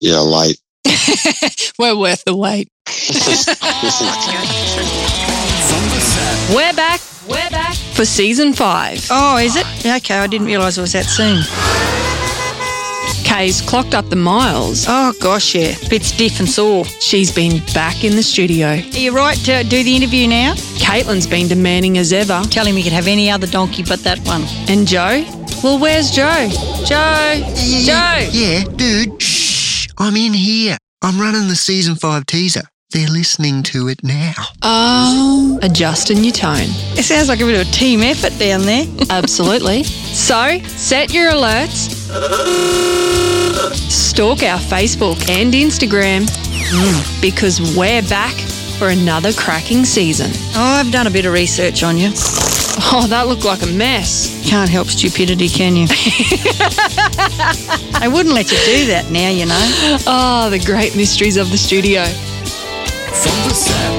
Yeah, light. We're worth the wait. We're back. We're back for season five. Oh, is it? Yeah, Okay, I didn't realise it was that soon. Kay's clocked up the miles. Oh, gosh, yeah. Bit stiff and sore. She's been back in the studio. Are you right to do the interview now? Caitlin's been demanding as ever. Tell him he could have any other donkey but that one. And Joe? Well, where's Joe? Joe! Joe! Yeah, dude. Shh. I'm in here. I'm running the season five teaser. They're listening to it now. Um. Oh, adjusting your tone. It sounds like a bit of a team effort down there. Absolutely. so, set your alerts. Stalk our Facebook and Instagram Mm, because we're back for another cracking season. Oh, I've done a bit of research on you. Oh, that looked like a mess. Can't help stupidity, can you? they wouldn't let you do that now, you know. Oh, the great mysteries of the studio. From the set.